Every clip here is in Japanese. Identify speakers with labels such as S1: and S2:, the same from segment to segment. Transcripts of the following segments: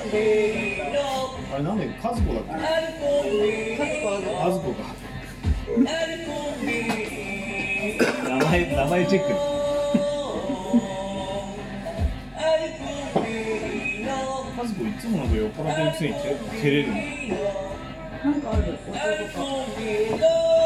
S1: あれなんでカズコだっけカズコか名前名前チェックカズコいつもなんか酔っ払ってるくせにて照れるの
S2: なんかあるお茶とか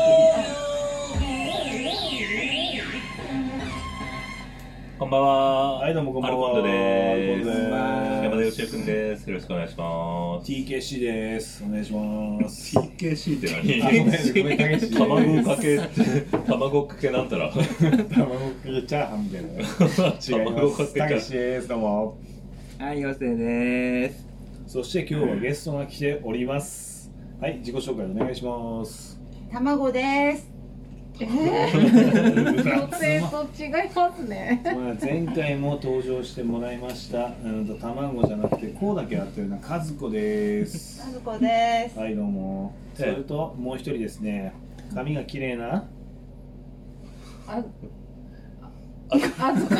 S3: こんばんは。
S1: はいどうもこんばんは
S3: アルコンドです。
S1: アルコンドです
S3: 山田義也くんです。よろしくお願いします。
S1: TKC ですお願いします
S3: TKC って何
S1: あごめんごめんたけし
S3: 卵かけって、卵かけなんたら。
S1: 卵かけチャーハンみたいな違い
S3: 卵
S1: ま
S3: かけ
S1: す
S3: チャーハ
S1: た
S3: ン
S1: けしですどうも
S4: はい、陽性です。
S1: そして今日はゲストが来ておりますはい自己紹介お願いします
S2: 卵ですえー、女性と違いますね
S1: まあ、前回も登場してもらいました、うんと、卵じゃなくて、こうだけあったような、和子です。
S2: ずこです
S1: はい、どうも。それと、もう一人ですね、髪が綺麗な、
S2: ああずこ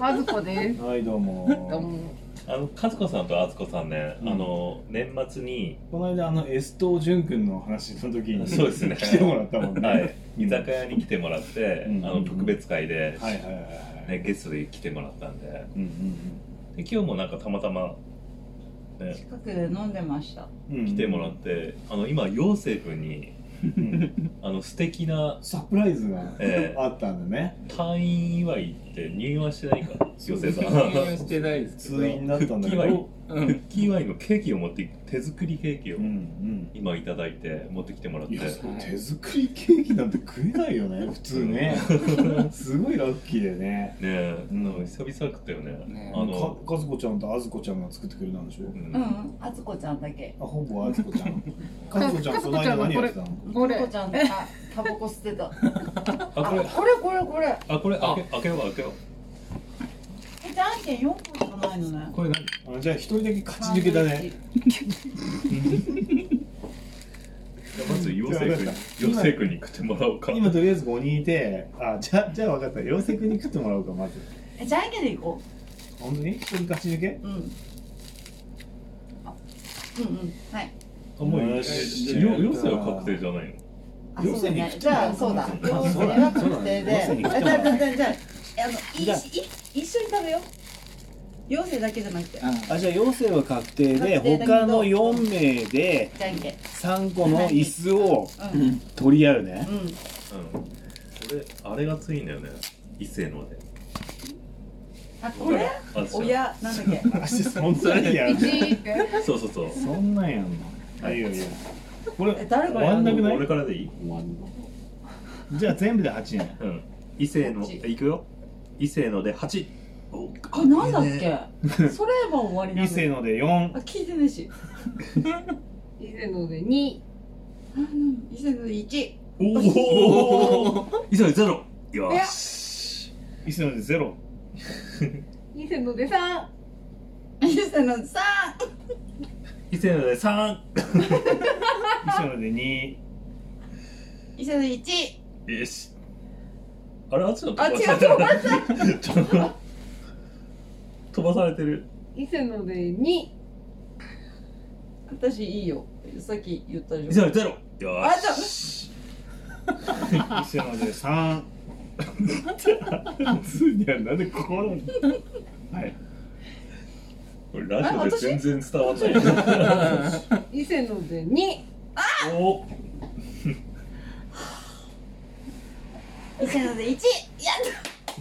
S2: あずこです
S1: はい、どう
S2: どう
S1: も。
S2: も
S3: あの、和子さんと敦子さんね、
S1: うん
S3: あの、年末に、
S1: この間、あの、エストージュン君の話の時に、
S3: そう ですね
S1: 来てもらったもんね。
S3: はい、
S1: うん
S3: 居酒屋に来てもらって、あ
S1: うん
S3: の、特別会で、
S1: はい、はい、はいはい。
S3: ね、ゲストで来てもらったんで、で
S1: うん、
S3: 今日もなんかたまたま、ね、
S5: 近くで飲んでました。
S1: うん、うん。
S3: 来てもらって、あの、今、陽生くんに、
S1: うん
S3: あの、素敵な
S1: サプライズが
S3: ええ
S1: あったんだね。
S3: 退院祝いって入院はしてないか、陽生さん。
S4: 入院はしてないですけど
S1: 通院だったんだけ
S3: 復帰は
S1: ど、
S4: うん
S3: 復帰祝いのケーキを持って手作りケーキを
S1: うん、うん。
S3: 今いただいて持ってきてもらっ
S1: い
S3: て
S1: やそれ手作りケーキなんて食えないよね普通ね すごいラッキーだよね
S3: ねえ、
S1: うん
S3: なんか久々だったよね
S4: ねえ
S3: あ
S1: あ
S3: の
S1: のかずこちゃんとあずこちゃんが作ってくれたんでしょ、
S3: うん
S5: うん、あつこちゃんだけ。
S1: あほぼあずこちゃんかずこちゃんその間何やってたの
S2: これ
S5: あつこちゃん、あ、タバコ吸ってた。
S3: あ
S5: あ、
S3: こ
S5: これ
S3: れ
S5: これこれ。
S3: あこれ開け開けよう開けよう
S5: え、じゃんけん四個しかないのね。
S3: これ何
S1: あじゃあ一人だけ勝ち抜けだね。
S3: まず陽生君に
S1: 今
S3: 陽生君に食ってもらおうか
S1: 今とりあえず5人いてあじゃあじゃあ分かった陽く君に食ってもらおうかまず
S5: え、じゃんけんでいこ
S1: 本当に一人勝ち抜け
S5: う。うん。あうんうん、はい。
S3: あもう
S1: よ
S3: 陽
S1: し
S3: 生は確定じゃないの
S5: あ、
S1: 陽
S5: そう
S1: 性
S5: だ
S1: に
S5: ね
S1: 来。て
S5: じ
S1: もらおう
S5: ゃあ、
S1: か
S5: そうだ。陽
S1: そう
S5: 性
S1: だ
S5: は確定で。
S1: そうだ陽性に来
S5: あ
S1: ても
S5: じゃ
S1: らお
S5: あ、
S1: う
S6: じ
S5: じゃあ、じゃあ、じゃあ、あの、い
S6: ゃあ
S5: い、い、一緒に食べよう。陽性だけじゃなくて。じ
S6: あじゃあ陽性は確定で
S5: 確定だけど
S6: 他の4名で
S5: ゃんけん。
S6: 3個の椅子を
S5: うん、うん、
S6: 取り合うね
S3: うんこれあれがついんだよね一斉ので
S5: あ、これ。
S3: あそう
S5: 親、なんだっけ。
S1: あそん なんやんの
S2: 一
S3: そうそうそう
S1: そんなんやんのいいよいいよこれ
S5: え、誰
S1: 終
S5: がや
S1: わ
S5: る
S1: ん
S5: の
S1: なくない
S3: 俺からでいい
S1: じゃあ全部で8人
S3: うん異性のいくよ異性ので八お
S5: あ、なんだっけ。それも終わりな
S1: 伊
S5: の。
S1: 勢ので4
S5: あ、聞いてないし。
S2: 以前ので二
S5: うん、以前の一。
S3: おお異性ゼロよ
S2: いや
S3: し
S1: 伊勢のでゼロ
S2: 以前ので三
S5: 以前の三。
S3: 異性ので三
S1: 伊勢ので2
S5: 以前の一。
S3: よし。あれ、あっちの
S5: あ、違う、
S3: 飛ば
S5: 飛ば
S3: され
S5: した。
S3: てる。ちょっと待って 飛ばされてる。
S2: 以前ので二
S5: 私いいよ。さっき言ったで
S3: い
S5: しょ。
S3: や、ゼロ。よ
S5: あ、
S3: し。
S5: じゃあ、
S1: 伊勢ので3ついにはなんでここなんだはい
S3: これラジオで全然伝わんない。
S2: 以前ので二
S3: お、
S5: 以前ので一。やっ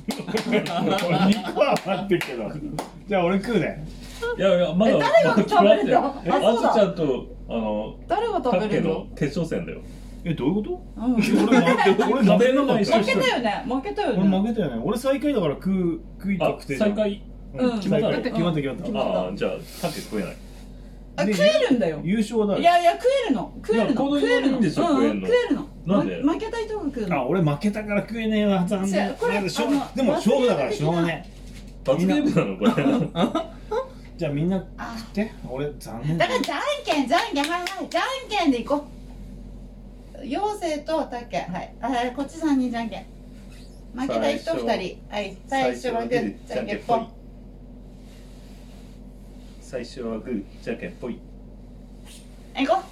S1: 2個は待ってるけどじゃあ俺食うね
S3: いやいや、まだ。
S5: え誰が食べるの
S3: まだ決まってないえ
S5: あそうだ
S3: あずちゃんと、あの、
S5: た。誰が
S3: タ
S5: 食べ
S3: ッケ
S5: るの
S3: の。決勝戦だよ。
S1: えどういうこ
S5: うん。
S1: と俺負け俺負けなかった
S5: 負けたよね。負けたよ
S1: 俺
S5: ね。
S1: 負けたよね俺最下位だから食う食い
S3: あ、
S1: 確定じゃん
S3: 再開。
S1: うん
S5: 決
S1: 決
S3: ま
S1: ま
S3: っ
S1: ったた決まった決まっ
S3: あー、じゃあ、タッケ食えない。
S5: あ、
S1: たで
S5: 食えるんだよ。
S1: 優勝だ
S5: い
S1: よ
S5: やいや、食えるの。食える
S3: いや
S5: の。
S3: この
S5: 食える
S3: 四人でしょ
S5: うん
S3: 食え
S5: うん
S3: るの
S5: 食えるの。
S3: なんで
S5: ま負けた人が食う
S1: あ
S5: の。
S1: 俺負けたから食えねえわ残
S5: じゃあ
S1: 念
S5: これ
S1: なんでしょう
S5: あの
S1: でも勝負だからしょうがね
S3: 罰ゲームなの、これ。
S1: えじゃあみんな食
S5: あ
S1: って俺残念
S5: だからじゃんけんじゃんけんはいはいじゃんけんでいこう妖精とたけはいあはいこっち3人じゃんけん負けた人2人はい最初はグーじゃんけんポン
S1: 最初はグーじゃけんぽい
S5: 行こ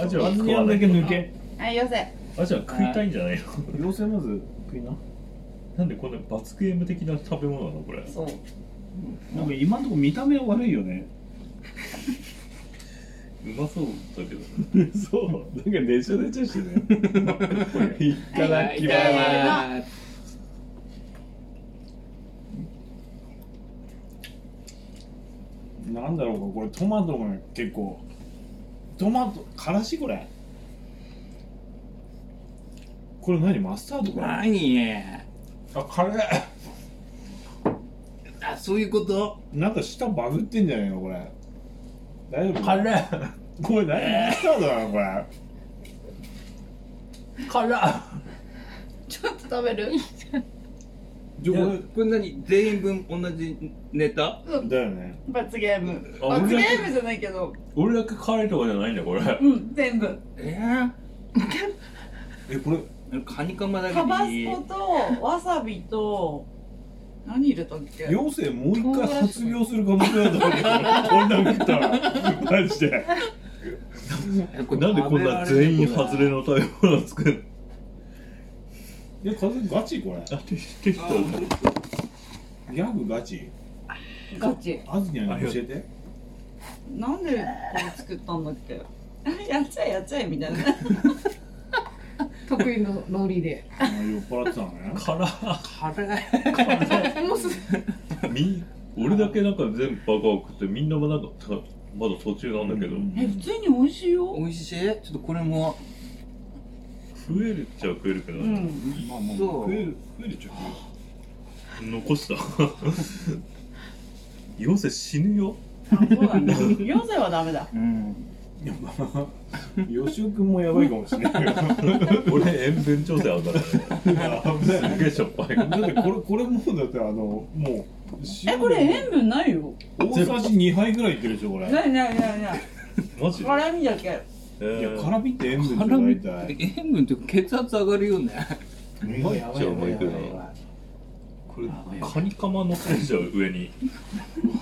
S3: アジ
S1: あ
S3: は
S1: ず
S3: 食
S1: にゃ
S3: わ
S1: ん
S3: な
S1: だ
S3: い
S1: け
S3: とな
S1: 抜け
S5: うはいよせ
S3: アジは食いたいんじゃないの
S1: 妖精まず食いな
S3: なんでこんな罰ゲーム的な食べ物なのこれ
S5: そう
S1: なんか今のところ見た目悪いよね
S3: うまそうだけど
S1: そうなんかでちゃでちゃしてね
S6: いただ
S4: い
S6: きます。
S4: ただきます。
S1: なんだろうこれトマトが結構トマトからしこれこれ何マスタードかな
S4: 何ね。
S1: あカレー
S4: あ、そういうこと。
S1: なんか舌バグってんじゃないのこれ大丈夫
S4: ー。
S1: これ何マスタードなのこれ
S4: 辛。
S5: ちょっと食べる
S1: じゃあこ
S4: これ何全員分同じネタ？
S5: う
S1: れ
S5: ん
S1: だよね
S5: 罰ゲーム
S3: あ
S5: 罰
S3: 俺
S5: ゲ
S3: だけ
S5: ームじゃないけど
S3: 俺だけカレーとかじゃないんだこれ
S5: うん全部
S4: ええ。
S1: えこれ
S4: カニカマだけ
S5: タバ
S4: でい
S5: ス
S4: い。
S5: コとわさびと何入れたっけ
S1: 妖精もう一回発病する可能性あると思うけどこんなん食ったらマジで
S3: なんでこんな全員外れの食べ物を作る
S1: え風ガチこれ
S3: の適当だ
S1: ギャグガチ
S5: ガチ
S1: あずにゃんに教えて
S5: なんでこれ作ったんだっけ やっちゃえやっちゃえみたいな
S2: 得意のノリで。
S1: あ酔っ払ってたのね
S3: 辛
S4: 辛い。
S2: もうす
S3: み俺だけなんか全部バカを食ってみんなもなんかたまだ途中なんだけど、
S5: え普通に美味しいよ
S4: 美味しい。ちょっとこれも。
S3: 食えるっちゃ食えるけど、
S5: うん
S1: まあまあ
S4: そう
S1: 食える食えるっちゃ
S3: 残した 妖精死ぬよ
S5: あそうなんだ行政はダメだ
S4: うん。
S1: 食えるいやまあ吉尾君もやばいかもしれないよ
S3: 俺塩分調整あるからね
S1: 危ない
S3: すげえしょっぱい
S1: だってこれこれもうだってあのもう
S5: えこれ塩分ないよ
S1: 大さじ2杯ぐらいいってるでしょこれいや
S5: ないないないない
S3: マジで、
S5: 辛味だけ
S3: えー
S1: 辛みって塩分
S4: 辛み
S1: じゃ大体
S4: 塩分って血圧上がるよね。
S1: うわやばいやばいやばいやばい
S3: これカニカマ乗ってるじゃん上に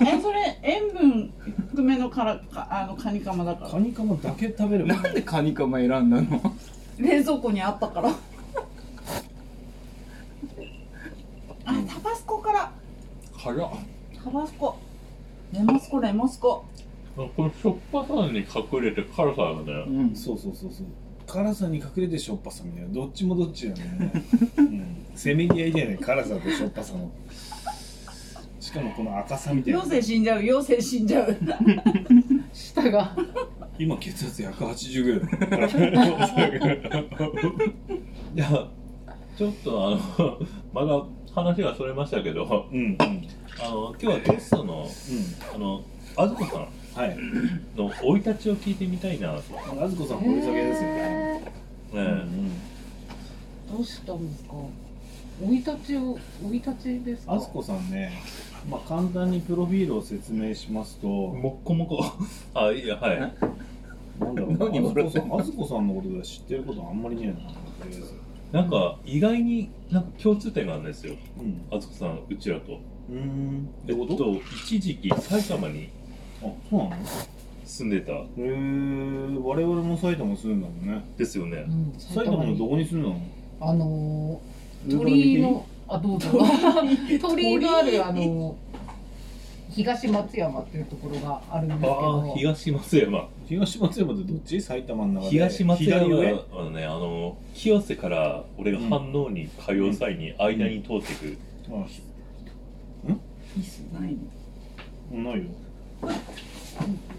S5: えそれ塩分低めのからかあのカニカマだか
S1: カニカマだけ食べれば
S4: なんでカニカマ選んだの？
S5: ら冷蔵庫にあったからあタバスコから
S4: 辛っ。
S5: タバスコレモスコレモスコ
S3: このしょっぱさに隠れて辛さあるんだよ
S4: うん。
S1: そうそうそうそう辛さに隠れてしょっぱさみたいなどっちもどっちだね、うん、せめぎ合いじゃない辛さとしょっぱさのしかもこの赤さみたいな
S5: 妖精死んじゃう妖精死んじゃう
S2: 舌が。
S1: 今血圧180ぐらいだよ
S3: いやちょっとあのまだ話がそれましたけど
S1: うんうんうん
S3: あの今日はゲストのあのあずこさん
S1: はい
S3: の生い立ちを聞いてみたいなと、
S1: あずこさん掘り下げですよね、
S2: へー
S3: ええ
S2: どうしたんですか。生い立ちを、生い立ちですか。
S1: あずこさんね、まあ、簡単にプロフィールを説明しますと
S3: もっこもこあいいやはい
S1: なんだろ う
S4: 何
S1: なあず
S4: 笑
S1: こ
S4: っ
S1: さ
S4: て
S1: んあずこさんのことで知ってることあんまりねえなとりあえず
S3: なんか意外になんか共通点があるんですよ
S1: うん
S3: あつこさんうちらと
S1: うーん
S3: えっと一時期埼玉に
S1: あそうなの
S3: 住んでた
S1: へー、我々も埼玉住んだもんね
S3: ですよね
S2: うん、
S1: 埼玉のどこに住んだの
S2: あのー、鳥居の、あ、どうぞ。鳥居がある、あのー。東松山っていうところがあるんですけ
S3: あ
S2: ど
S3: あ。東松山
S1: 東松山ってどっち埼玉の中で
S3: 東松山
S1: 左上
S3: はねあの清瀬から俺が飯能に通う際に間に通っていく、
S1: あひ
S5: 椅子ないの
S1: ないよ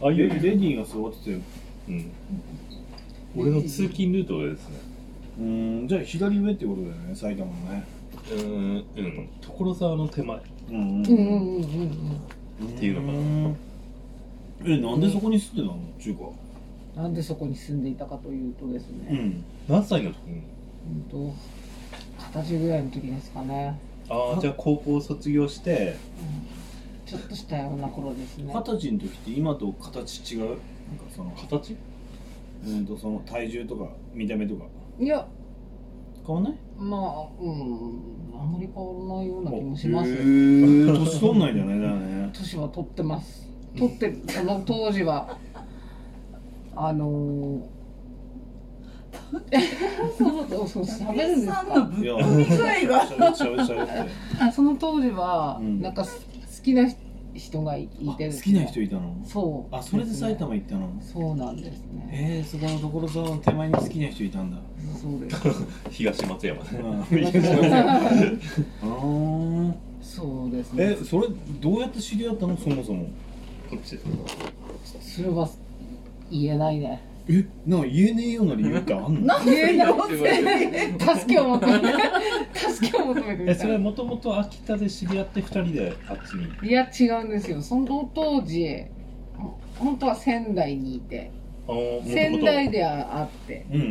S3: ああ
S1: レ
S3: い
S1: レ
S3: う、
S1: ディーが座ってたよ
S3: うん、俺の通勤ルートですね
S1: うーんじゃあ左上ってことだよね埼玉のね
S3: うーんうん所沢の手前
S1: うん
S2: うんうんうんうんうん。
S1: ん
S3: っていうのか
S1: なえなんでそこに住んでたの中華
S2: なんでそこに住んでいたかというとですね。
S1: ん
S3: 何歳の時に
S2: うんと二十歳ぐらいの時ですかね、
S3: ああ
S2: あ
S3: じゃあ高校卒業して
S2: うんちょっとしたような頃ですね
S1: 二十歳の時って今と形違うなんかその
S3: 形
S1: うんとその体重とか見た目とか
S2: いや
S1: 変わんない
S2: まあうんあんまり変わらないような気もし
S1: へ
S2: ま す
S1: ー年取んないんじゃないだよね
S2: 年は取ってます取ってあの当時は あの ー、そうそうそう喋るんです
S5: さんの
S2: か
S5: ぶ
S1: いや、
S5: 具合が
S1: しゃべってしゃべってしゃべって。
S2: あその当時は、
S1: うん
S2: なんかす好きな人がいて
S1: あ
S2: ですね
S1: 好きな人いたの
S2: そう
S1: あ、それで埼玉行ったの
S2: そうなんですね
S1: えー、そこの所沢の手前に好きな人いたんだ。
S2: そうです
S3: 東松山ね。
S1: うん
S2: そうです
S1: え
S2: ね、
S1: それどうやって知り合ったのそもそも。
S3: こっち。
S2: それは言えないね
S1: え、なんか言えねえような理由ってあんの
S5: なんでよ
S2: 助けを求めて助けを求めてみ
S3: え、そ
S2: た
S3: れ
S2: い
S3: もともと秋田で知り合って二人であっちに。
S2: いや違うんですよその当時ほ本当は仙台にいて
S3: あの
S2: 仙台。であって
S1: うんう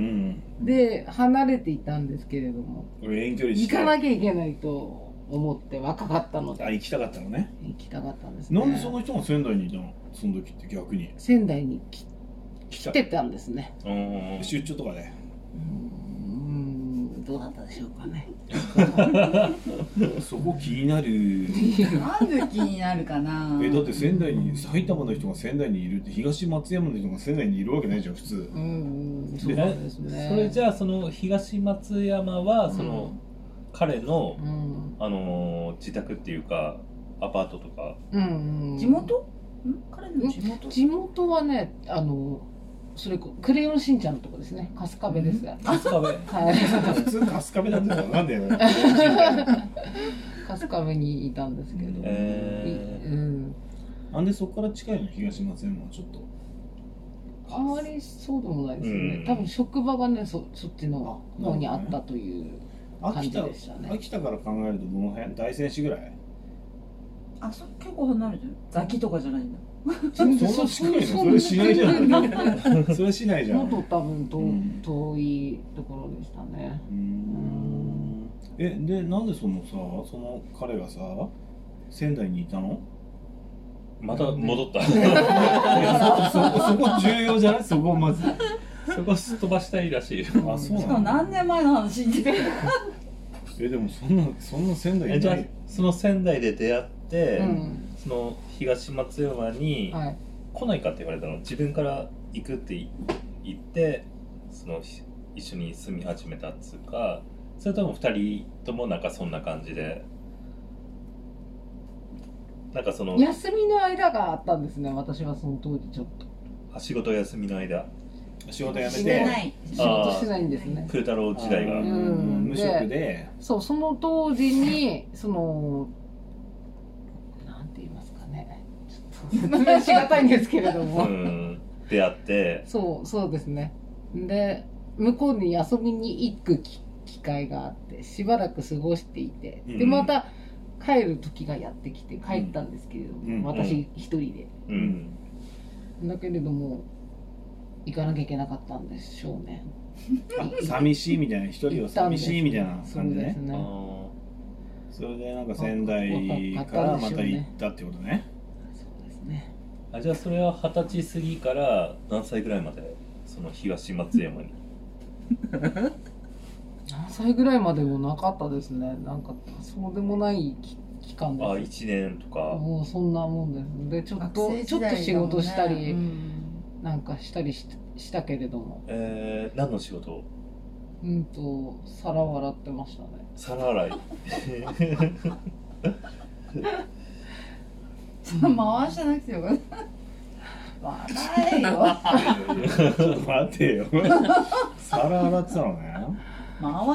S1: ん
S2: で離れていたんですけれども
S1: うん。俺遠距離し
S2: 行
S1: て。
S2: かなきゃいけないと思って若かったの
S1: あ、
S2: で
S1: 行きたかったのね。
S2: 行きたかったんですね
S1: なんでその人が仙台にいたのその時って逆に。
S2: 仙台に来
S1: 来
S2: 来てたんですね
S3: うん。
S1: 出張とかで。
S2: うーんどうだったでしょうかね
S1: そこ気になる。
S5: なんで気になるかな
S1: え、だって仙台に、埼玉の人が仙台にいるって、東松山の人が仙台にいるわけないじゃん、普通。
S2: うんうんそうですね
S3: それじゃあその東松山はその彼の
S2: う、ん
S3: あのー自宅っていうかアパートとか
S2: うんうん
S5: 地元ん彼の地元
S2: 地元はねあのそれこクレヨンしんちゃんのとこですね春日部で す、
S3: 春
S2: はい
S1: 普通カスカベなんだよ。なんだよ。
S2: 春日部にいたんですけど、い
S3: え
S2: うん、
S1: なんでそこから近いの東松山はちょっと。
S2: あまりそうでもないですよね、
S3: うん
S2: 多分職場がねそそっちの方にあったという感
S1: 秋
S2: じ
S1: 田、
S2: でしたね
S1: 秋田から考えるとどの辺大仙市ぐらい
S5: あそ結構離れてるザキとかじゃないんだ
S2: 全然
S1: そんな近いの
S2: そ
S1: それしないじゃん
S2: 全然
S1: それ市内じゃ
S2: もっ
S1: ん。
S2: と多分と、
S1: うん
S2: 遠いところでしたね
S1: うーんえ、で、なんでそのさ、その彼がさ、仙台にいた の
S3: また戻っ
S1: いやそそそこ重要じゃないそこまず。
S3: た そこすっ飛ばしたいらしい
S1: あ、そう
S5: しか
S1: な
S5: も
S1: んだ。
S5: 何年前の話に
S1: え、でもそんな、そんな仙台
S3: え
S1: い
S3: じゃ
S1: な
S3: あ
S1: い。
S3: その仙台で出会って、
S2: うん
S3: その東松山に
S2: はい
S3: 来ないかって言われたの自分から行くってい言ってそのひ一緒に住み始めたっつうかそれとも二人ともなんかそんな感じでなんかその
S2: 休みの間があったんですね私はその当時ちょっと
S3: あ仕事休みの間
S1: 仕事辞め
S5: しててな。い
S2: 仕事してないんですね
S3: 風太郎時代
S1: う
S3: が
S1: ん無職
S2: うん
S1: で。
S2: そうその当時にそのなんて言いますかねちょっと説明しがたいんですけれど
S3: う
S2: も
S3: ん出会って
S2: そうそうですねで向こうに遊びに行くき機会があってしばらく過ごしていて
S1: うん
S2: でまた帰る時がやってきて帰ったんですけれども、
S1: うん
S2: 私一人で、
S3: うん
S2: だけれども行かなきゃいけなかったんでしょうね
S1: あ寂しいみたいな、一人を寂しいみたいな
S2: そう
S1: 感じ
S2: で
S1: ね
S2: す。
S3: あ
S2: ね
S3: ー
S1: それでなんか仙台からまた行ったってことね。
S2: そうですね
S3: あじゃあそれは二十歳過ぎから何歳ぐらいまでその東松山に
S2: 何歳ぐらいまでもなかったですねなんかそうでもないき期間
S3: あ
S2: です
S3: 1年とか
S2: もうそんなもんですでちょっと、
S5: 学生
S2: ちょ
S5: 時代
S2: っ
S5: だもん
S2: と
S5: ね
S2: 仕事したり、
S5: うん
S2: なんかしたりししたけれども
S3: えー、何の仕事
S2: うんと皿を洗ってましたね
S3: 皿洗い
S5: そんな回してなくてよかった。笑えよ。
S1: ちょっと待ってよ。皿洗ってたのね。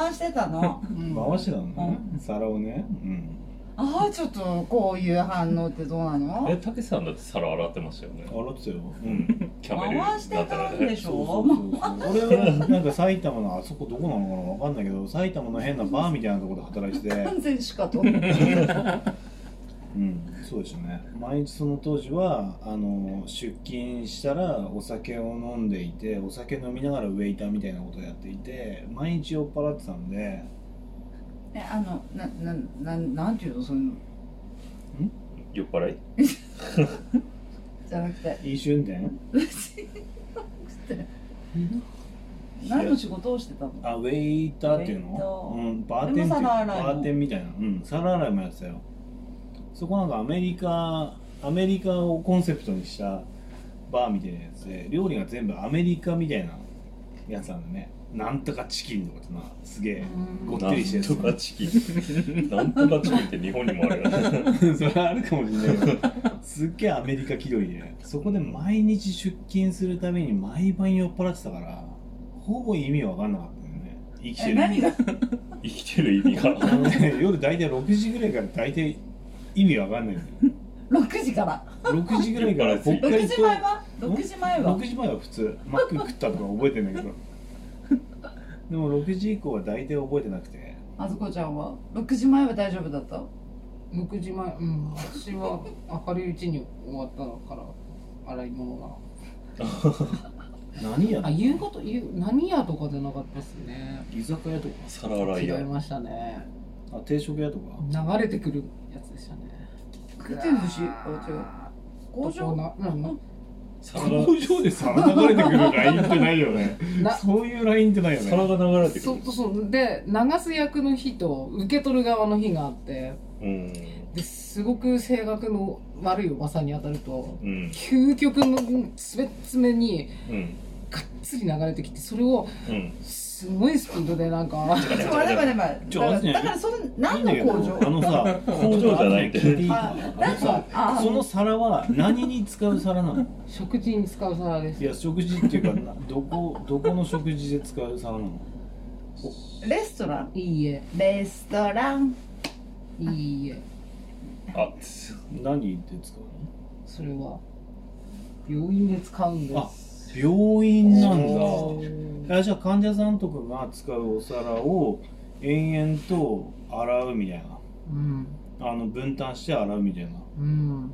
S5: 回してたの。
S2: うん
S1: 回してたのね。皿をね。うん。
S5: ああ、ちょっとこういう反応ってどうな
S3: え
S5: の。
S3: たけしさんだって皿洗ってましたよね
S1: 洗ってたよ。
S3: うんキャメル
S5: 回してたんでし
S1: そう
S5: ょ
S1: そうそうそう俺はなんか埼玉のあそこどこなのかなわかんないけど埼玉の変なバーみたいなとこで働いてて
S5: 完全しかと。
S1: うんそうでしたね毎日その当時はあの出勤したらお酒を飲んでいてお酒飲みながらウェイターみたいなことをやっていて毎日酔っ払ってたんで
S5: え、あの、な、な、なん、なんていうの、そういうの。
S3: 酔っ払い
S5: じゃなくて。
S1: 飲酒運転
S5: 何の仕事をしてたの。
S1: あウェイターっていう
S5: ウェイター
S1: の、うん、バーテンっていう
S5: でも皿洗いも
S1: バーテンみたいなうん皿洗いもやってたよそこなんかアメリカアメリカをコンセプトにしたバーみたいなやつで料理が全部アメリカみたいなやつなんだねなんとかチキンとかってなすげえごっ
S3: な
S1: てりして
S3: んとか
S1: る
S3: チキン。なんとかチキンって日本にもあるよね。
S1: やつ それあるかもしれないけどすっげえアメリカ気取りでそこで毎日出勤するために毎晩酔っ払ってたからほぼ意味わかんなかったよね生きてる
S5: え
S1: 意
S5: 何
S1: 味
S5: が
S3: 生きてる意味が。
S1: あのね 夜大体6時ぐらいから大体意味わかんないんだよ
S5: 6時から
S1: 6時ぐらい から北
S5: 6
S1: 海
S5: 時前は6時前は
S1: 6時前は普通マック食ったとか覚えてんだけどでも6時以降は大体覚えてなくて
S5: あずこちゃんは6時前は大丈夫だった
S2: 6時前うん私は明るいうちに終わったから洗い物が
S1: 何や
S2: あ夕方夕何屋とかじゃなかったですね
S1: 居酒屋とか
S3: 皿洗
S2: 違
S3: い
S2: い
S3: や。
S2: ましたね
S1: あ定食屋とか
S2: 流れてくるやつでしたね
S5: 回転寿司あ違う工
S2: ど
S5: 場
S2: こなうん
S3: 皿が
S1: 工場で皿流れてくるラインってないよね
S2: な
S1: そういうラインってないよ
S3: 皿
S1: ね
S3: が流れてく
S2: そ
S3: る
S2: う。そうで流す役の日と受け取る側の日があって
S3: うん。
S2: ですごく性格の悪いおばさんに当たると
S3: うん。
S2: 究極のつべつめに
S3: うん。
S2: がっつり流れてきてそれを
S3: うん。
S2: すごいスピードでなん か
S5: ちょっと待って待って
S1: ちょ
S5: 待
S1: ちょ
S5: ってだからだからその
S1: い
S5: 何
S1: いんだ
S5: の
S1: けど
S5: 工場
S1: あのさ
S3: 工場じゃないって
S1: 聞いていい
S5: あ
S1: かあのさ
S5: あ
S1: その皿は何に使う皿なの
S2: 食事に使う皿です
S1: いや食事っていうかなどこどこの食事で使う皿なの
S5: レストラン
S2: いいえ
S5: レストラン
S2: いいえ
S3: あ、つ
S1: 何で使うの
S2: それは病院で使うんで
S1: あ
S2: す
S1: 病院なん
S3: お
S1: だあじゃあ患者さんとかが使うお皿を延々と洗うみたい
S2: うん
S1: なあの分担して洗うみたいな
S2: うん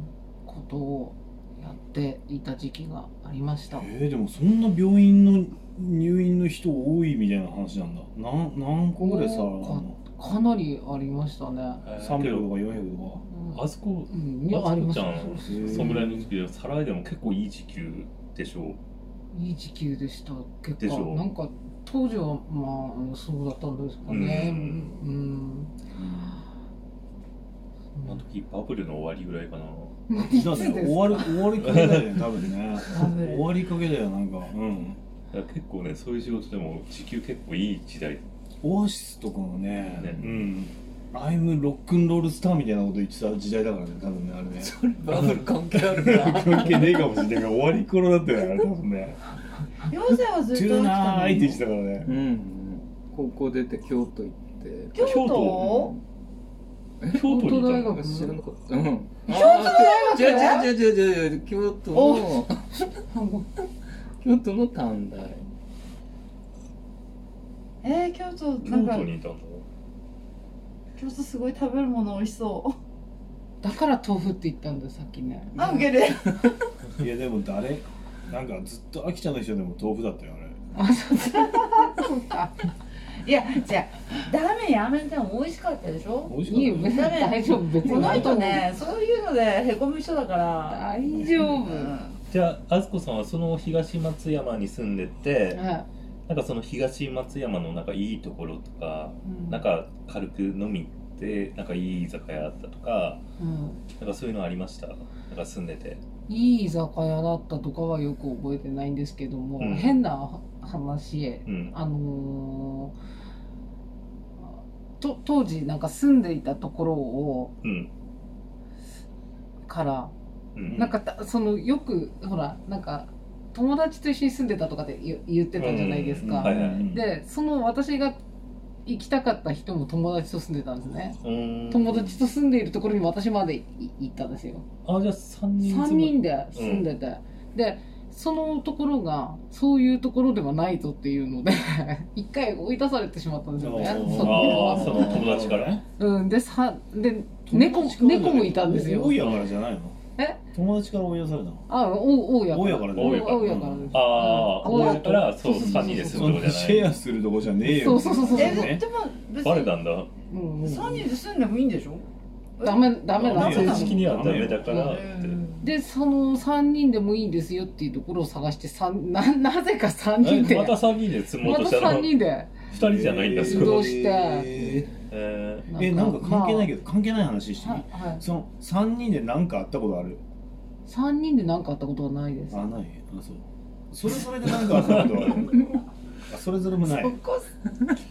S2: ことをやっていた時期がありました
S1: えー、でもそんな病院の入院の人多いみたいな話なんだなん何個ぐらい皿あるの
S2: かなりありましたね
S1: 300とか400とか
S2: うん
S3: あそこ、
S2: うんいやありました
S3: あそ
S2: ね
S3: う
S1: じゃん
S3: そんぐらいの時期で、皿洗いでも結構いい時給でしょ
S2: いい時給でした結
S3: でし
S2: 構
S3: ょ
S2: なんか当時はまあそうだったんですかねう
S3: うん
S2: ん、
S3: う。あの時、バブルの終わりぐらいかな。
S1: だって
S2: いつですか
S1: 終わる終わりかけだよ ね多分ね
S5: ブル
S1: 終わりかけだよなんかうん
S3: だから結構ね、そういう仕事でも時給結構いい時代。
S1: オアシスとかもね
S3: ね
S1: うんアイムロックンロールスターみたいなこと言ってた時代だからね多分ねあれ ね
S4: それバブル関係あるな
S1: 関係ねえかもしれないから終わり頃だったよねあれ多分ね
S5: ヨセは
S1: 「
S5: ずっと
S1: チ
S5: 起き
S1: ューナーイ」って言って
S5: た
S1: たからね
S4: うん高校出て京都行って
S5: 京
S3: 京
S5: 都
S3: 都京都にいたの
S2: 京都大学
S4: 知らなかったうん京都
S5: 大学
S4: じゃじゃじゃじゃじゃ京都の京都の短大
S5: えー、京都な
S3: 京
S5: んか
S3: 都にいたの
S5: 京都すごい食べるもの美味しそう
S2: だから豆腐って言ったんだよさっきね
S5: あウケる
S1: いやでも誰なんかずっと秋田の人でも豆腐だったよあれ
S2: あそうそうか
S5: いやじゃあダメやめても美味しかったでしょ
S1: 美味し
S2: いいよ
S1: かっ
S2: 別に大丈夫別
S5: こ
S2: に
S5: の人ねそういうのでへこむ人だから
S2: 大丈夫、
S3: じゃあ、あずこさんはその東松山に住んでて、なんかその東松山のなんかいいところとか、
S2: うん
S3: なんか軽く飲み行って、なんかいい居酒屋あったとか、
S2: うん
S3: なんかそういうのありましたなんか住んでて。
S2: いい居酒屋だったとかはよく覚えてないんですけども、
S3: うん
S2: 変な話
S3: うん。
S2: あのーと当時なんか住んでいたところを
S3: うん。
S2: から
S3: うん。
S2: なんかたそのよくほらなんか友達と一緒に住んでたとかで言言ってたじゃないです
S1: た、
S3: う
S2: か、
S3: んはいはい
S2: でその私が行きたかった人も友達と住んでたんですね
S3: うーん
S2: 友達と住んでいるところに私までい行ったんですよ
S3: あ、じゃあ3人
S2: 3人で住んでて、でそのところがそういうところではないぞっていうので 一回追い出されてしまったんですよね
S1: おー
S2: その
S3: あーその友達からね
S2: うんでさで猫猫もいたんですよ
S1: 大家からじゃないの
S2: え
S1: 友達から追い出されたの
S2: あお大家
S1: 大家から
S3: 大家から
S2: 大家からです
S3: ああ、
S2: うん
S3: 親からそう
S2: そうそうそう
S3: 3人で
S1: そ
S3: 住む
S1: ん
S3: とこ
S1: な
S3: じゃ
S1: シ
S3: ない。
S1: ェアするとこじゃねえよ
S2: そうそうそうそう
S5: え
S1: ね
S5: でも別
S3: バレた
S5: に
S3: んだ。
S2: うんうん
S5: 三人で住んでもいいんでしょ
S2: ダメダメな
S5: ダメ
S3: 正
S5: な
S2: の
S5: の
S3: 式にはダメだからっ
S5: う
S3: て。
S5: ん
S2: でその3人でもいいですよっていうところを探してさんななぜか3人
S3: え
S2: で
S3: また3人で住もう
S2: ま
S3: と
S2: た
S3: したら
S2: 3
S3: 2
S2: 人で
S3: 人じゃないんだ
S1: えー
S3: す
S2: 移
S3: ごい、
S2: 動して
S1: え
S3: え
S1: ーえなんか関係ないけど関係ない話して
S2: まあ
S1: いい
S2: はいはい
S1: その3人で何かあったことある
S2: 三人で何かあったことはないです
S1: あないあそうそれぞれで何かあったことは あるあそれぞれもない
S5: こ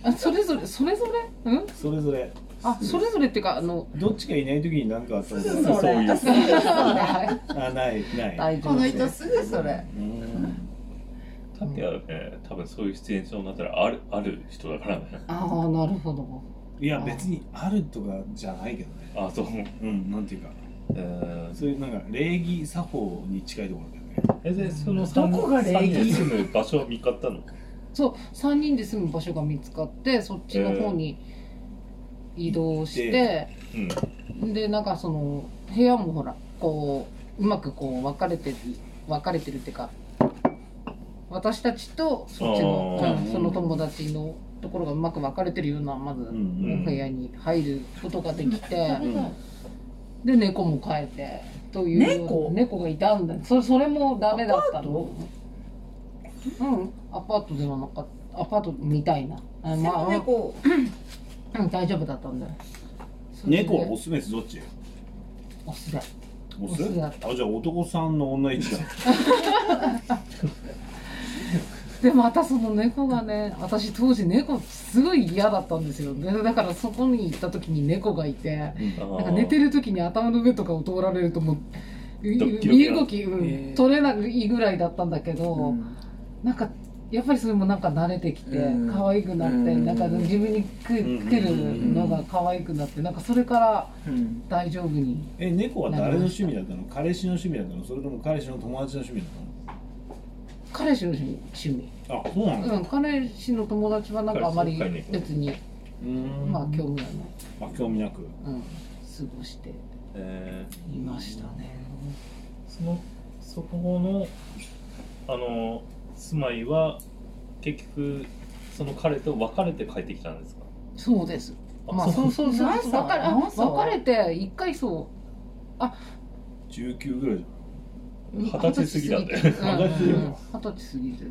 S2: あそれぞれそれぞれうん
S1: それぞれ
S2: あそれぞれっていうかあの
S1: どっちかいない時に何かあったこと
S5: そ
S1: は
S5: れ
S3: そういう
S5: すぐそれ
S2: はい
S1: あないない
S2: 大丈
S5: こ
S2: 夫
S5: の
S2: です
S5: 人すぐそれ
S1: うん
S3: タピアはね多分そういうシチュエーションになったらあるある人だからね
S2: ああなるほど
S1: いや別にあるとかじゃないけどね
S3: あそう
S1: うんなんていうか
S3: え
S1: そういうなんか礼儀作法に近いところだよね
S3: ー、でその
S2: どこが
S3: 三
S2: 礼儀
S3: 人住む場所を見つかったの
S2: そう3人で住む場所が見つかってそっちの方に移動して、
S3: うん
S2: でなんかその部屋もほらこううまくこう分かれてる分かれてるっていうか私たちとそっちの
S3: あ、
S1: ー
S2: うんその友達のところがうまく分かれてるようなまず
S1: うん
S2: お
S1: うん
S2: 部屋に入ることができて、
S1: うん
S2: で猫も飼えてという
S5: 猫
S2: がいたんだそれそれもダメだったのうんアパートではなかったアパートみたいなあまあ、
S5: 猫
S2: うん、大丈夫だったんだよそれで
S1: 猫はオスメスどっち
S2: オスだ
S1: オス
S2: オスだ
S1: あじゃあ男さんの女一 だ
S2: でまたその猫がね私当時猫すごい嫌だったんですよでだからそこに行った時に猫がいてなんか寝て
S3: る
S2: る時に頭の上とかを通られるともう身
S3: ドッキドキだ
S2: 動き、うん
S4: へえ
S2: 取れないぐらいだったんだけど、
S4: うん
S2: なんかやっぱりそれもなんか慣れてきて、
S4: うん
S2: 可愛くなって、
S4: うん
S2: なんか自分にく
S1: うん
S2: 来てるのが可愛くなってなんかそれから
S4: うん
S2: 大丈夫に
S1: え猫は誰の趣味だったの彼氏の趣味だったのそれとも彼氏の友達の趣味だっ
S2: 彼氏の趣味趣
S1: たのあそうなん
S2: 味、うん、彼氏の友達はなんかあまり
S3: 彼氏の飼い猫
S2: 別に
S1: うん
S2: まあ興味はない、
S1: あ興味なく
S2: うん、過ごして
S3: えー
S2: いましたね
S3: そのそこのあの住まいは結局その彼と別れて帰ってきたんですか
S2: そうです
S3: あ
S2: まあそうそうそう
S5: 何歳
S2: 別れあ
S5: 何歳
S2: 別れて一回そう
S1: 19ぐらいじ
S2: うん
S3: 二十歳過ぎだね
S2: 二十
S1: 二十歳
S2: うんうん二十歳過ぎてたな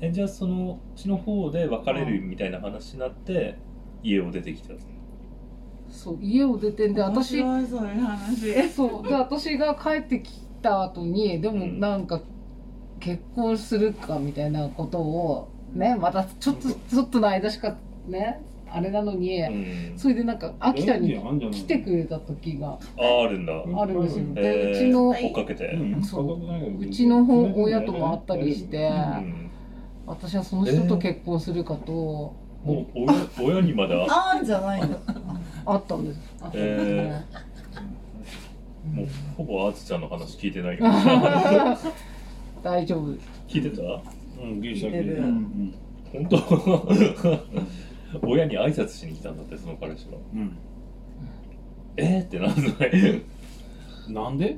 S3: えじゃあそのうちの方で別れるみたいな話になって家を出てきた
S2: うんそう家を出てんで私
S5: 面白いそれ話
S2: そうで私が帰ってきた後にでも
S3: うん
S2: なんか結婚するかみたいなことをねまたちょっとちょっとの間しかねあれなのに、
S3: うん
S2: それでなんか秋田に
S1: に
S2: 来てくれた時が
S3: ああるんだ
S2: あるんですよ、
S1: うん
S2: で
S3: え
S2: う
S3: ー
S2: ちの
S5: は
S3: 追っかけて、
S1: うん
S2: そううちの方親とも会ったりして
S3: うん
S2: 私はその人と結婚するかと
S3: もう親親に まだ
S5: あーんじゃないんだ
S2: あったんです、あったんですね
S3: もうほぼあーつちゃんの話聞いてないけ ど聞
S2: 大丈夫
S3: いてた
S1: うんギリシャ系
S5: 似て
S1: う
S5: る
S1: ん
S3: 本当親に挨拶しに来たんだってその彼氏が
S1: うん
S3: えー、ってなんない
S1: なんで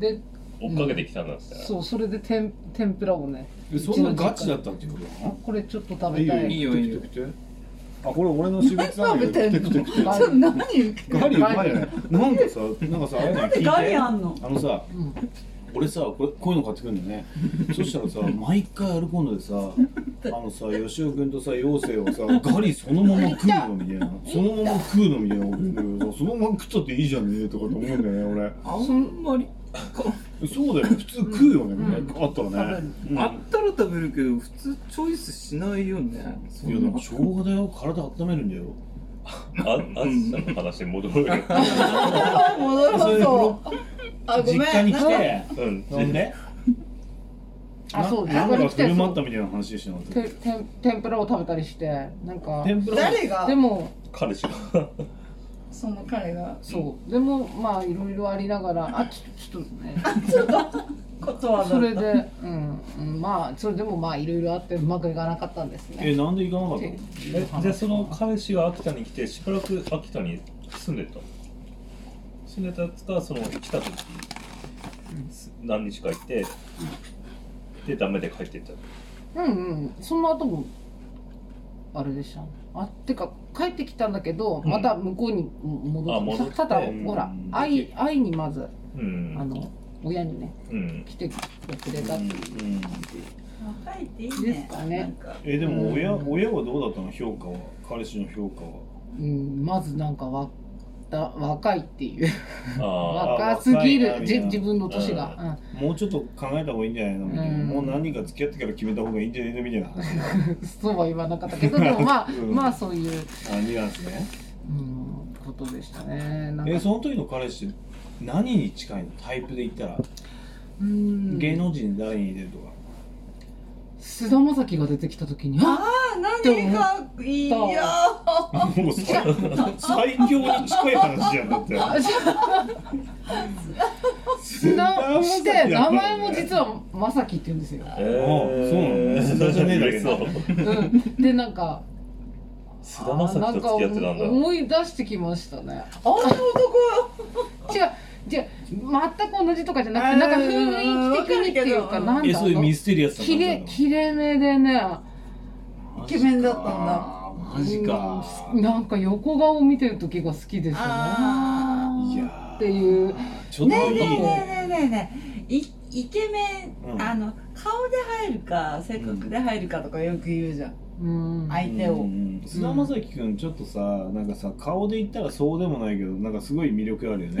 S2: で
S3: 追っかけてきたんだって、
S2: そうそれで天天ぷらをね
S1: えそんなガチだったってことなの
S2: これちょっと食べた
S4: いい
S2: い
S4: よいいよ
S1: 来て来て来てあこれ俺の私物なんだ けど来て来て来て
S2: ガ
S5: ちょっと
S2: リ
S5: 何言って
S1: ガリうまいよねなんかさなんかさあれだよ聞いて
S5: ガリあんの
S1: あのさ
S2: うん
S1: 俺さこれこういうの買ってくるんだよねそしたらさ毎回アルコンドでさあのさ吉尾君とさ妖精をさガリそのまま食うのみたいなそのまま食うのみたいなこと言うんだけどさそのまま食ったっていいじゃんねとかと思うんだよね
S4: あんまり
S1: 俺そうだよね普通食うよね、
S2: うん
S1: みたいなあったらね、うん、い
S4: あったら食べるけど普通チョイスしないよねそ
S1: や
S4: う
S1: でも生姜だよ体温めるんだよ
S3: ああーつちゃんの話に戻ろうよ、
S5: 戻ろ
S1: それ
S5: う
S1: で
S5: そ
S1: こ
S5: うあごめん
S1: 実家に来て
S3: うん、
S1: 飲んで
S2: あそう
S1: ななんか振る舞ったたみたいな話してなかった
S2: てて天ぷらを食べたりしてなんか
S1: 天ぷら
S5: 誰が
S2: でも
S3: 彼氏が
S5: その彼が
S2: そうでもまあいろいろありながらあちょちょっとね
S5: ことは
S2: それで、うんうん、まあそれでもまあいろいろあってうまくいかなかったんですね
S1: えなんで行かなかっ
S2: で
S1: た
S3: えじゃあその彼氏が秋田に来てしばらく秋田に住んでたの住んでたっつかその来た時す何日か行ってでダメで帰ってった
S2: うんうんその後もあれでしたねあてか帰ってきたんだけど
S3: うん
S2: また向こうに戻
S3: あ
S2: って、
S3: 戻って
S2: ただ
S3: うん
S2: ほら愛愛にまず
S3: う
S2: あ
S3: ん
S2: の親にね
S3: うん
S2: 来てくれたっていう
S1: うんうん
S5: 若いっていい
S2: で
S5: ね
S2: すかね
S5: なんか
S1: えでも親,、
S2: うん
S1: 親はどうだったの評価は彼氏の評価は
S2: うん、まずなんかわった若いっていう
S3: あ
S1: あ
S2: 若すぎ
S1: 若いなみ
S2: る
S1: たい
S2: じ
S1: な
S2: 自分の年が、
S1: もうちょっと考えた方がいいんじゃないの、
S2: うん
S1: もう何人か付き合ってから決めた方がいいんじゃないのみ たいな話
S2: うん、そうは言わなかったけどでもまあ、
S1: うん
S2: まあそういう、
S1: あニュアンスね
S2: うん、ことでしたねなんか
S1: えその時の彼氏って何に近いのタイプで言ったら、
S2: うん
S1: 芸能人誰に似てるとか
S2: 菅田将暉が出てきた時にあ
S5: 何かいいよ
S1: もうそれ最強に近い話じゃんだって
S2: あじゃ
S1: 菅
S2: あ菅田して名前も実
S1: は
S2: は正樹って言うんですよ、
S3: あ、え
S1: あそうなの須田じゃねえんだけど
S3: 嬉しそう
S2: うん、でなんか
S3: 須田まさきと付き合ってたんだ
S2: あなんか思い出してきましたね
S5: あの男
S2: 違う違う全く同じとかじゃなくてなんか雰囲気的にっていう
S5: わかるけ
S2: か
S5: ど
S2: なんだ
S1: えそういう
S2: ろ
S1: ミ
S2: う
S1: ステリアスな
S2: きれきれめでね
S1: マ
S5: イ
S1: ジ
S5: ケ
S1: か
S5: メンだったんだ
S1: マジか
S2: うんなんか横顔見てる時が好きでした
S5: あ
S2: ね
S1: いやー
S2: っていう
S1: ちょっと
S5: ね
S1: いい
S5: えね
S1: ね
S5: えねえねえねえいイケメ
S1: う
S5: ン、
S1: ん
S5: あの顔で入るか性格で入るかとかよく言うじゃん、
S2: うん
S5: 相手
S1: う
S5: を、
S1: ん菅田将暉君ちょっとさなんかさ顔で言ったらそうでもないけどなんかすごい魅力あるよ
S5: うんう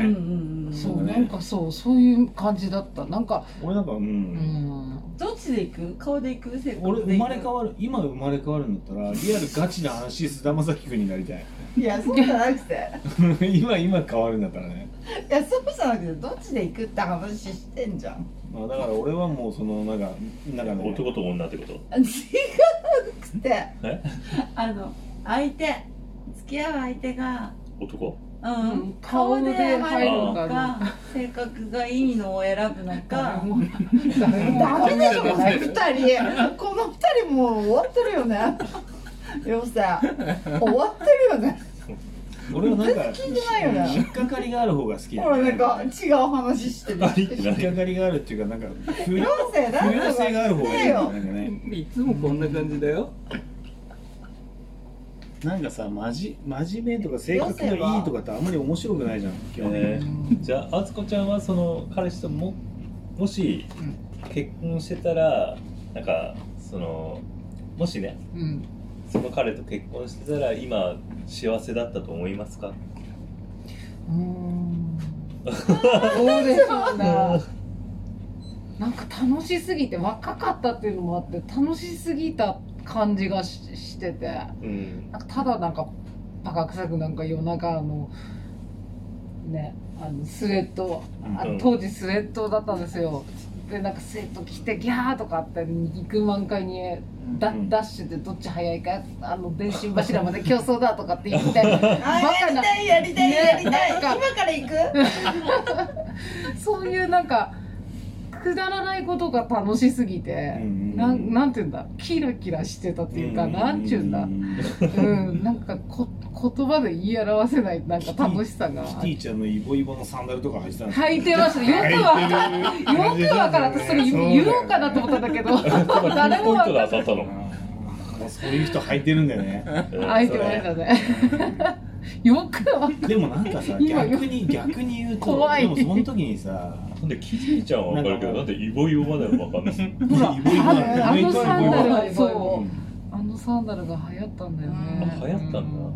S1: ね、
S5: んうん
S2: そ
S1: そう
S2: う
S1: だ
S2: な
S1: ね
S2: んかそうそういう感じだったなんか
S1: 俺なんかう、
S2: うんん
S5: どっちで行く顔で行く性格で行く
S1: 俺生まれ変わる今生まれ変わるんだったらリアルガチな話菅田将暉君になりたい
S5: いやそうじゃなくて
S1: 今今変わるんだったらね、
S5: いやそうじゃなくてどっちで行くって話してんじゃん
S1: まあ、だから俺はもうそのなんかなんかね
S3: 男と女ってこと
S5: 違くて
S3: え
S5: あの相手付き合う相手が、
S3: 男
S5: うん
S2: うん
S5: 顔で入るの
S2: 顔で入るの
S5: か性格がいいのを選ぶのか
S2: 誰も誰も
S5: ダメでしょこの2人この2人もう終わってるよ ねよせ終わってるよね
S1: 俺はなんか
S5: 全然聞いてないよね
S1: 引っかかりがある方が好きだ
S5: ほ
S1: よ
S5: ら
S1: ね
S5: なんか違う話してる
S3: 二人って
S1: 引っ
S3: 何
S1: かかりがあるっていうかなんか不良
S5: よせ
S1: 不
S5: 誰
S1: 良
S5: だ
S1: 性がある方がいいよねなんかね
S4: いつもこんな感じだよ。
S1: なんかさ、まじ、真面目とか性格がいいとかってあんまり面白くないじゃん。今日ね。
S3: えーじゃあ敦子ちゃんはその彼氏とももし結婚してたらなんかそのもしね
S2: うん
S3: その彼と結婚してたら今幸せだったと思いますか
S2: うーんどうでしょうね。なんか楽しすぎて若かったっていうのもあって楽しすぎた感じがししてて
S3: うん
S2: なんかただなんかバカ臭くなんか夜中あのねあのスウェットあ
S3: うん
S2: 当時スウェットだったんですよでなんかスウェット着てギャーとかって肉満開にダ
S1: うん
S2: ダッシュでどっち早いかあの電信柱まで競争だとかって言って
S5: あ
S2: バ
S5: や
S2: カ
S5: り
S2: な
S5: たいやりたいやりたい
S2: ね
S5: 今から行く
S2: そういうなんかくだらないことが楽しすぎて、
S1: うん
S2: なんなんていうんだキラキラしてたっていうか、なんちゅうんだ、
S1: う
S2: うんん、なんかこ言葉で言い表せないなんか楽しさが
S1: キティちゃんのイボイボのサンダルとか履いてたんです
S2: 履いてました よくわかん
S1: 履いてる
S2: よくわからん私それ言おうかなと思ったんだけど 誰も
S3: ポイン
S2: わ
S3: トが
S2: かんな
S3: 当た
S2: い
S3: った
S1: そうだよ
S3: の
S1: ねあーそういう人履いてるんだよ ね。
S2: 履いてましたねよくわかんない
S1: でもなんかさ、
S2: 今よ
S1: 逆に逆に言うと、
S2: 怖い
S1: でもその時にさ、
S3: なんでキジちゃんはわかるけどなんでイボイボまではわかんない
S1: ほらイボイボなん
S2: あ
S1: だよ
S2: のあのサンダル
S5: は
S2: がそう
S1: う
S2: あのサンダルが流行ったんだよね
S3: あ流行ったんだ
S1: ん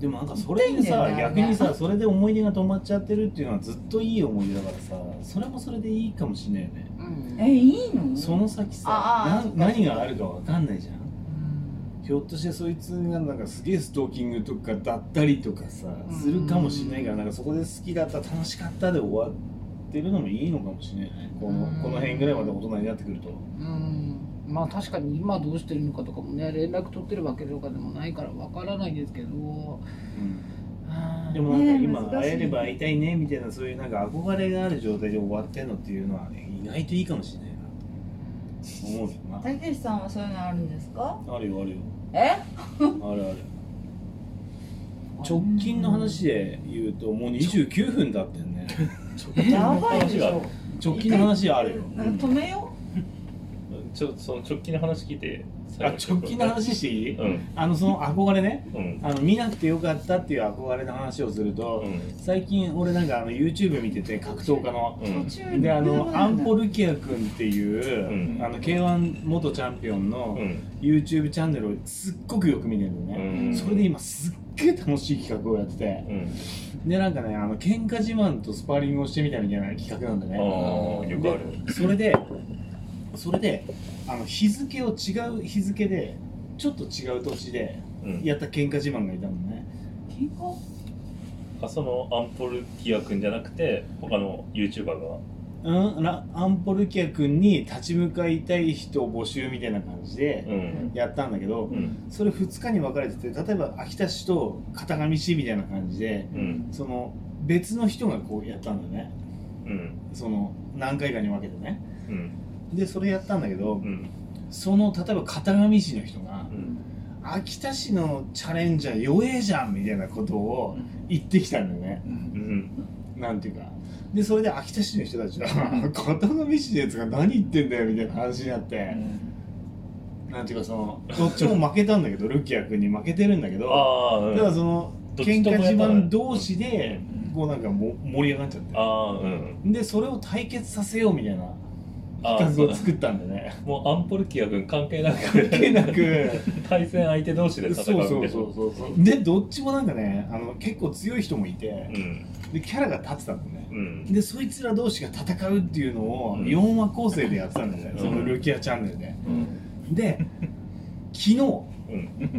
S1: でもなんかそれでさ、
S5: 言ってんだよ
S1: 逆
S5: ね
S1: にさ、それで思い出が止まっちゃってるっていうのはずっといい思い出だからさ、それもそれでいいかもしれないよね。
S2: うん
S5: えいいの
S1: その先さ、
S5: あーそ
S1: な
S5: っか
S1: 何があるかわかんないじゃん。
S2: うん
S1: ひょっとしてそいつがなんかすげえストーキングとかだったりとかさ
S2: うん
S1: するかもしれないからなんかそこで好きだった楽しかったで終わってるのもいいのかもしれないねこの
S2: うん
S1: この辺ぐらいまで大人になってくると
S2: うんまあ確かに今どうしてるのかとかもね連絡取ってるわけとかでもないからわからないですけどあー
S1: でもなんか
S5: ね
S1: 今
S5: え難しい
S1: 会えれば会いたいねみたいなそういうなんか憧れがある状態で終わってんのっていうのはね意外といいかもしれないなと思うけど
S5: たけしさんはそういうのあるんですか
S1: なあるよあるよ
S5: え
S1: あるある直近の話で言うともう29分だってね
S5: やばいでしょ
S1: 直近の話あるよ、
S5: なんか止めよ
S3: ちょその直近の話聞いて
S1: あ直近の話していい、
S3: うん
S1: あのその憧れね
S3: うん
S1: あの見なくてよかったっていう憧れの話をすると、
S3: うん
S1: 最近俺なんかあの YouTube 見てて格闘家の、
S3: うん
S5: 途中
S1: であ
S5: う
S1: の
S5: ん
S1: アンポルキア君っていう、
S3: うん
S1: あの k 1元チャンピオンの
S3: うん
S1: YouTube チャンネルをすっごくよく見てるのね、
S3: うん
S1: それで今すっげえ楽しい企画をやってて
S3: うん。
S1: でなんかねあの喧嘩自慢とスパーリングをしてみたみたいな企画なんだ
S3: ああ
S1: ね
S3: ー、よくある。
S1: それでそれであの日付を違う日付でちょっと違う土地で
S3: うん。
S1: やった喧嘩自慢がいたのね
S5: 健康
S3: あそのアンポルティア君じゃなくて他の YouTuber が
S1: うん、ラアンポルキア君に立ち向かいたい人募集みたいな感じ
S3: う
S1: で
S3: ん
S1: やったんだけど、
S3: うん
S1: それ2日に分かれてて例えば秋田市と片上市みたいな感じで
S3: うん
S1: その別の人がこうやったんだよね
S3: うん
S1: その何回かに分けてね
S3: うん
S1: でそれやったんだけど、
S3: うん
S1: その例えば片上市の人が
S3: うん
S1: 「秋田市のチャレンジャー弱えじゃん」みたいなことを言ってきたんだよね
S3: うん
S1: なんていうかでそれで秋田市の人たちが「片上市のやつが何言ってんだよ」みたいな話になって。なんていうかそのどっちも負けたんだけどルキア君に負けてるんだけど
S3: ああ
S1: だ
S3: うん
S1: からその
S3: どっ
S1: 喧
S3: ちとも
S1: 嘩
S3: や
S1: 自
S3: ったね
S1: 慢同士で
S4: うん
S1: こうなんかも盛り上がっちゃって
S3: ああうん
S1: でそれを対決させようみたいな
S3: ああ
S1: 企
S3: そ
S1: 画
S3: う
S1: を
S3: だ
S1: 作ったんでね
S3: もうアンポルティア君関係なく
S1: 関 係なく
S3: 対戦相手同士で
S1: そう
S3: 戦
S1: そうう
S3: みたい
S1: そ
S3: な
S1: うそうそうでどっちもなんかねあの結構強い人もいて
S3: うん
S1: でキャラが立ってたんだね
S3: うん
S1: でそいつら同士が戦うっていうのを
S3: うん
S1: 4話構成でやってたんだよね
S3: うん
S1: そのルキアチャンネルで
S3: うん
S1: で昨日
S3: うん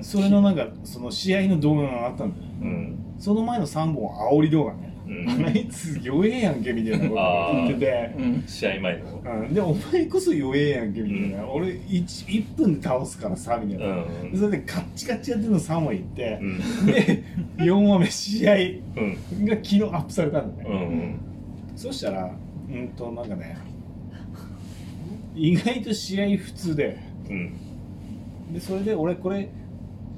S1: それのなんかその試合の動画があったんだよ
S3: うん
S1: その前の3本煽り動画 ね。
S3: うん
S1: あいつ弱えやんけみたいなこと
S3: あー
S1: 言ってて。
S4: うん
S3: 試合前の
S1: うん、でお前こそ弱えやんけみたいな、俺 1, 1分で倒すからさみた
S3: う
S1: いな、
S3: ん
S1: それでカッチカチやってるの3話いって
S3: う、ん
S1: で4話目試合
S3: うん
S1: が昨日アップされたんだ
S3: う
S1: ね、
S3: ん
S1: そしたらうんとなんかね意外と試合普通で
S3: うん
S1: でそれで俺これ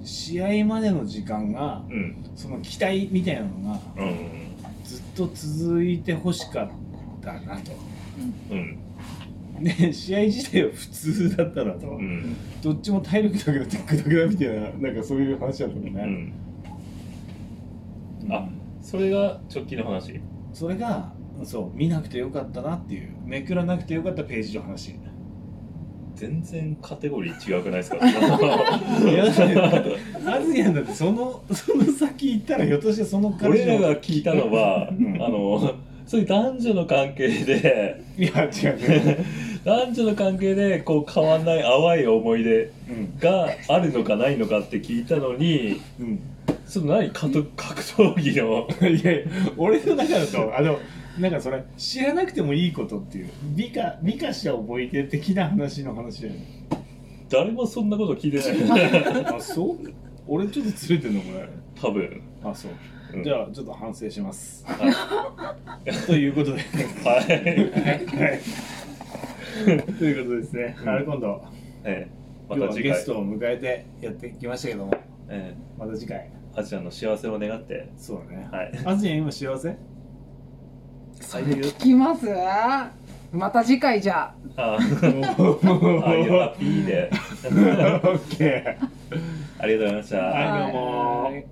S1: 試合までの時間が
S3: うん
S1: その期待みたいなのが
S3: うん
S1: ずっと続いてほしかったなと。
S3: うん
S1: ね、試合自体は普通だったなと、
S3: うん
S1: どっちも体力だけだテックだけだみたいななんかそういう話だったの
S3: う
S1: ね、
S3: んあそれが直近の話
S1: それがそう見なくてよかったなっていうめくらなくてよかったページの話い
S3: 全然カテゴリー違くないですか 俺
S1: やだってだってアズヤンだってそのその先行ったらひょっとしてその彼女
S3: らが聞いたのは、
S1: ん
S3: あのそういう男女の関係で
S1: いや違う違う、
S3: 男女の関係でこう変わんない淡い思い出
S1: うん
S3: があるのかないのかって聞いたのに
S1: うん、
S3: その何格格闘技の
S1: いやいや俺の中だとあのなんかそれ知らなくてもいいことっていう美化美化した思い出的な話の話だよね
S3: 誰もそんなこと聞いてない
S1: あそう俺ちょっとずれてんのこれ
S3: 多分、
S1: あそう
S3: うん
S1: じゃあちょっと反省します。
S3: は、
S1: ということで、はい
S3: はい
S1: い、ということですね。
S3: ん
S1: あれ今度、
S3: ええ
S1: 今
S3: ま
S1: 日
S3: た
S1: は
S3: 次
S1: ゲ
S3: 回
S1: ストを迎えてやってきましたけども、
S3: え
S1: また次回。
S3: えアジアの幸せを願って
S1: そうだね。
S3: はい
S1: アズヤ今幸せ？最悪。
S2: 聞きますまた次回じゃ
S3: あ
S2: あ
S3: ああい や
S1: オ
S3: ピーで
S1: ッケー。
S3: ありがとうございました、
S1: はいどうも。